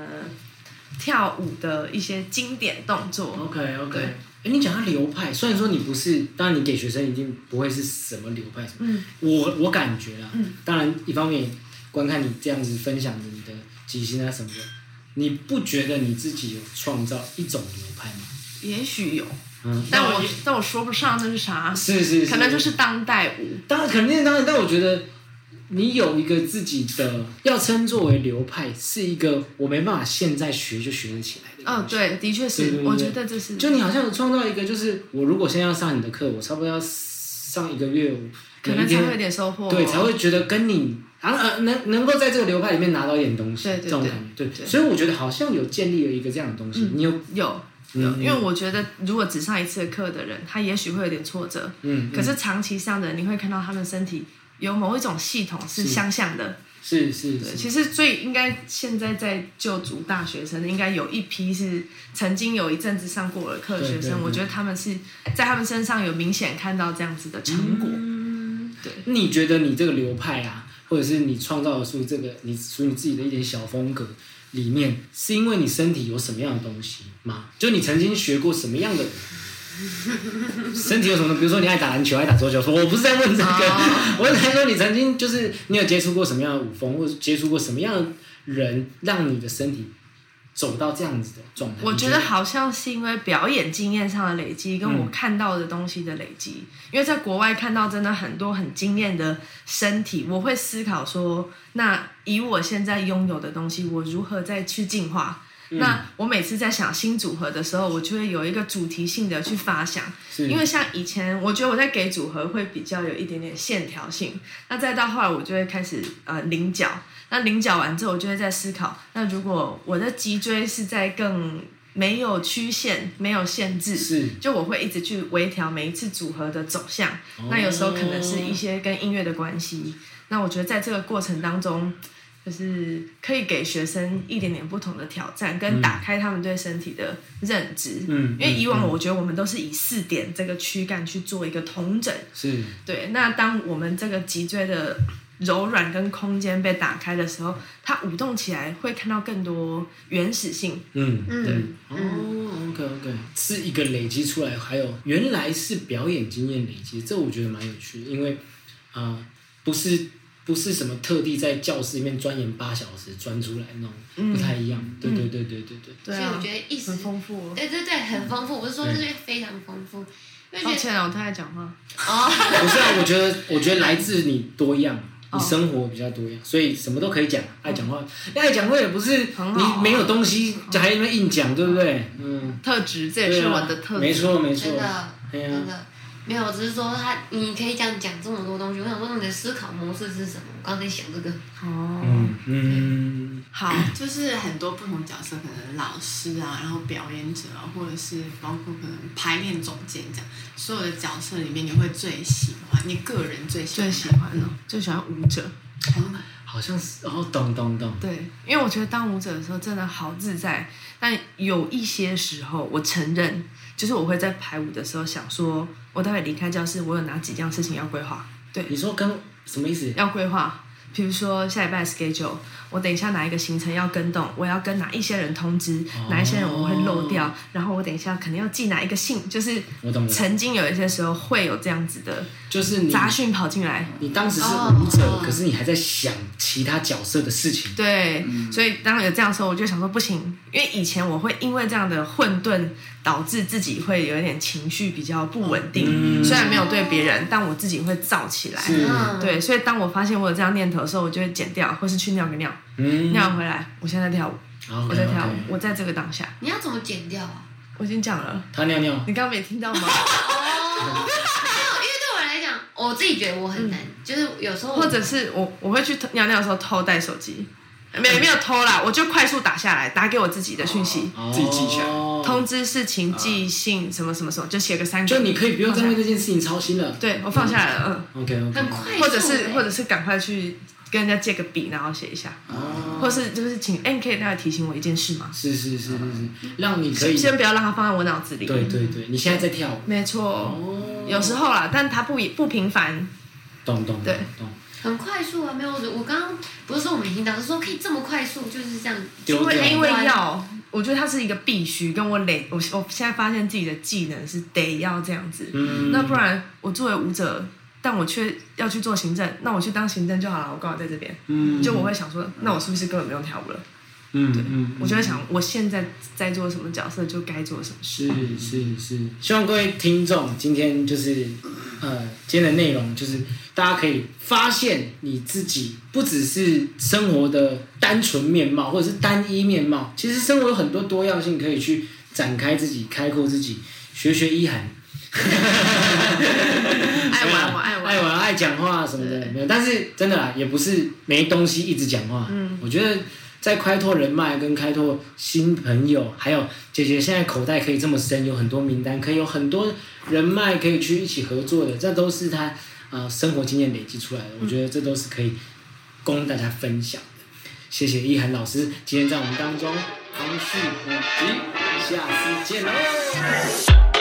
跳舞的一些经典动作。 OK OK，对哎、你讲到流派，虽然说你不是，当然你给学生一定不会是什么流派什么，嗯，我我感觉啦，嗯当然一方面观看你这样子分享的你的即兴啊什么的，你不觉得你自己有创造一种流派吗？也许有，嗯，但我但我说不上那是啥，是是是，可能就是当代舞。当然肯定当然，但我觉得你有一个自己的，要称作为流派，是一个我没办法现在学就学得起来的。嗯，对，的确对是对，对我对觉得这是就你好像有创造一个，就是我如果现在要上你的课，我差不多要上一个月，我可每能一才天会有点收获，对，才会觉得跟你啊呃能能够在这个流派里面拿到一点东西，对对这种对感觉，对对所以我觉得好像有建立了一个这样的东西，嗯你有有。有，嗯因为我觉得如果只上一次课的人，他也许会有点挫折，嗯，可嗯是长期上的，你会看到他们身体有某一种系统是是相像的，是是对，是，其实最应该现在在就读大学生，应该有一批是曾经有一阵子上过我的课的学对生，对对我觉得他们是在他们身上有明显看到这样子的成果。嗯对，你觉得你这个流派啊，或者是你创造出这个你属于你自己的一点小风格里面，是因为你身体有什么样的东西吗？就你曾经学过什么样的？身体有什么？比如说你爱打篮球，爱打桌球。我不是在问这个哦我是在说你曾经就是你有接触过什么样的舞风，或者接触过什么样的人，让你的身体走到这样子的状态。我你觉得好像是因为表演经验上的累积，跟我嗯看到的东西的累积，因为在国外看到真的很多很惊艳的身体，我会思考说，那以我现在拥有的东西，我如何再去进化？嗯那我每次在想新组合的时候，我就会有一个主题性的去发想，是因为像以前，我觉得我在给组合会比较有一点点线条性，那再到后来我就会开始呃菱角，那菱角完之后，我就会在思考，那如果我的脊椎是在更没有曲线、没有限制，是就我会一直去微调每一次组合的走向，哦那有时候可能是一些跟音乐的关系，那我觉得在这个过程当中。就是可以给学生一点点不同的挑战，跟打开他们对身体的认知。嗯因为以往嗯我觉得我们都是以四点这个躯干去做一个统整，是对。那当我们这个脊椎的柔软跟空间被打开的时候，它舞动起来会看到更多原始性。嗯嗯哦，OK OK，是一个累积出来，还有原来是表演经验累积，这我觉得蛮有趣的，因为啊、呃不是不是什么特地在教室里面钻研八小时钻出来那种，嗯不太一样。对对对对对对，对所以啊，我觉得一时很丰富哦。对对对，很丰富。我是说，对这是非常丰富，因为抱觉歉得啊，我太爱讲话。哦，不是啊，我觉得我觉得来自你多样。你哦嗯生活比较多样，所以什么都可以讲，爱讲话，那爱讲话也不是很好啊你没有东西还在那边硬讲，对不对？嗯，特质，这也对是啊我的特质。没错没错真，的哎呀真的没有，只是说他你可以这样讲这么多东西。我想说你的思考模式是什么？我刚才想这个，哦，嗯嗯，好，就是很多不同角色，可能老师啊，然后表演者啊，或者是包括可能排练总监这样，所有的角色里面，你会最喜欢，你个人最喜最欢嗯喜欢哦，最喜欢舞者。哦好像是哦，懂懂懂，对，因为我觉得当舞者的时候真的好自在，但有一些时候，我承认，就是我会在排舞的时候想说，我待会离开教室，我有哪几件事情要规划？对，你说跟什么意思？要规划。比如说下礼拜的 schedule，我等一下哪一个行程要跟动，我要跟哪一些人通知，哪一些人我会嗯漏掉，然后我等一下可能要寄哪一个信，就是我懂了曾经有一些时候会有这样子的就是你杂讯跑进来，你当时是哦舞者哦，可是你还在想其他角色的事情。对，所以当有这样的时候，我就想说不行，因为以前我会因为这样的混沌，导致自己会有一点情绪比较不稳定。嗯虽然没有对别人，但我自己会燥起来。是嗯，对，所以当我发现我有这样念头的时候，我就会剪掉，或是去尿个尿，嗯，尿回来，我现在在跳舞，好，我在跳舞，我在这个当下，你要怎么剪掉啊？我已经讲了，他尿尿，你刚刚没听 到吗？哦， 没有，因为对我来讲，我自己觉得我很难，就是有时候或者是我我会去偷尿尿的时候偷带手机，没没有偷啦，我就快速打下来，打给我自己的讯息。自己记起来哦通知事情、寄信什么什么什么，就写个三个。就你可以不用再为放下这件事情操心了。对我放下来了， ，OK OK，很快嗯，速，或者是欸或者是赶快去跟人家借个笔，然后写一下，哦，或是就是请，哎，你可以待会提醒我一件事吗？是是是是是，让你可以，先不要让它放在我脑子里。对，对对，你现在在跳舞，没错，哦，有时候啦，但它不不频繁，懂懂对懂懂，很快速啊，没有，我我刚刚不是说我们已经到，是说可以这么快速，就是这样，丢因为掉因为要。我觉得它是一个必须，跟我累，我我现在发现自己的技能是得要这样子，嗯那不然我作为舞者，但我却要去做行政，那我去当行政就好了，我刚好在这边，嗯就我会想说，那我是不是根本不用跳舞了？嗯对嗯，我就会想，我现在在做什么角色，就该做什么事。是是是，希望各位听众今天就是，呃，今天的内容就是大家可以发现你自己不只是生活的单纯面貌或者是单一面貌，其实生活有很多多样性可以去展开自己、开阔自己，学学一涵。 爱玩我爱玩爱玩爱讲话什么的，没有。但是真的啦，也不是没东西一直讲话。嗯，我觉得在开拓人脉跟开拓新朋友，还有姐姐现在口袋可以这么深，有很多名单，可以有很多人脉可以去一起合作的，这都是她呃生活经验累积出来的。嗯我觉得这都是可以供大家分享的。谢谢一涵老师哦今天在我们当中，方续补集，下次见喽。哦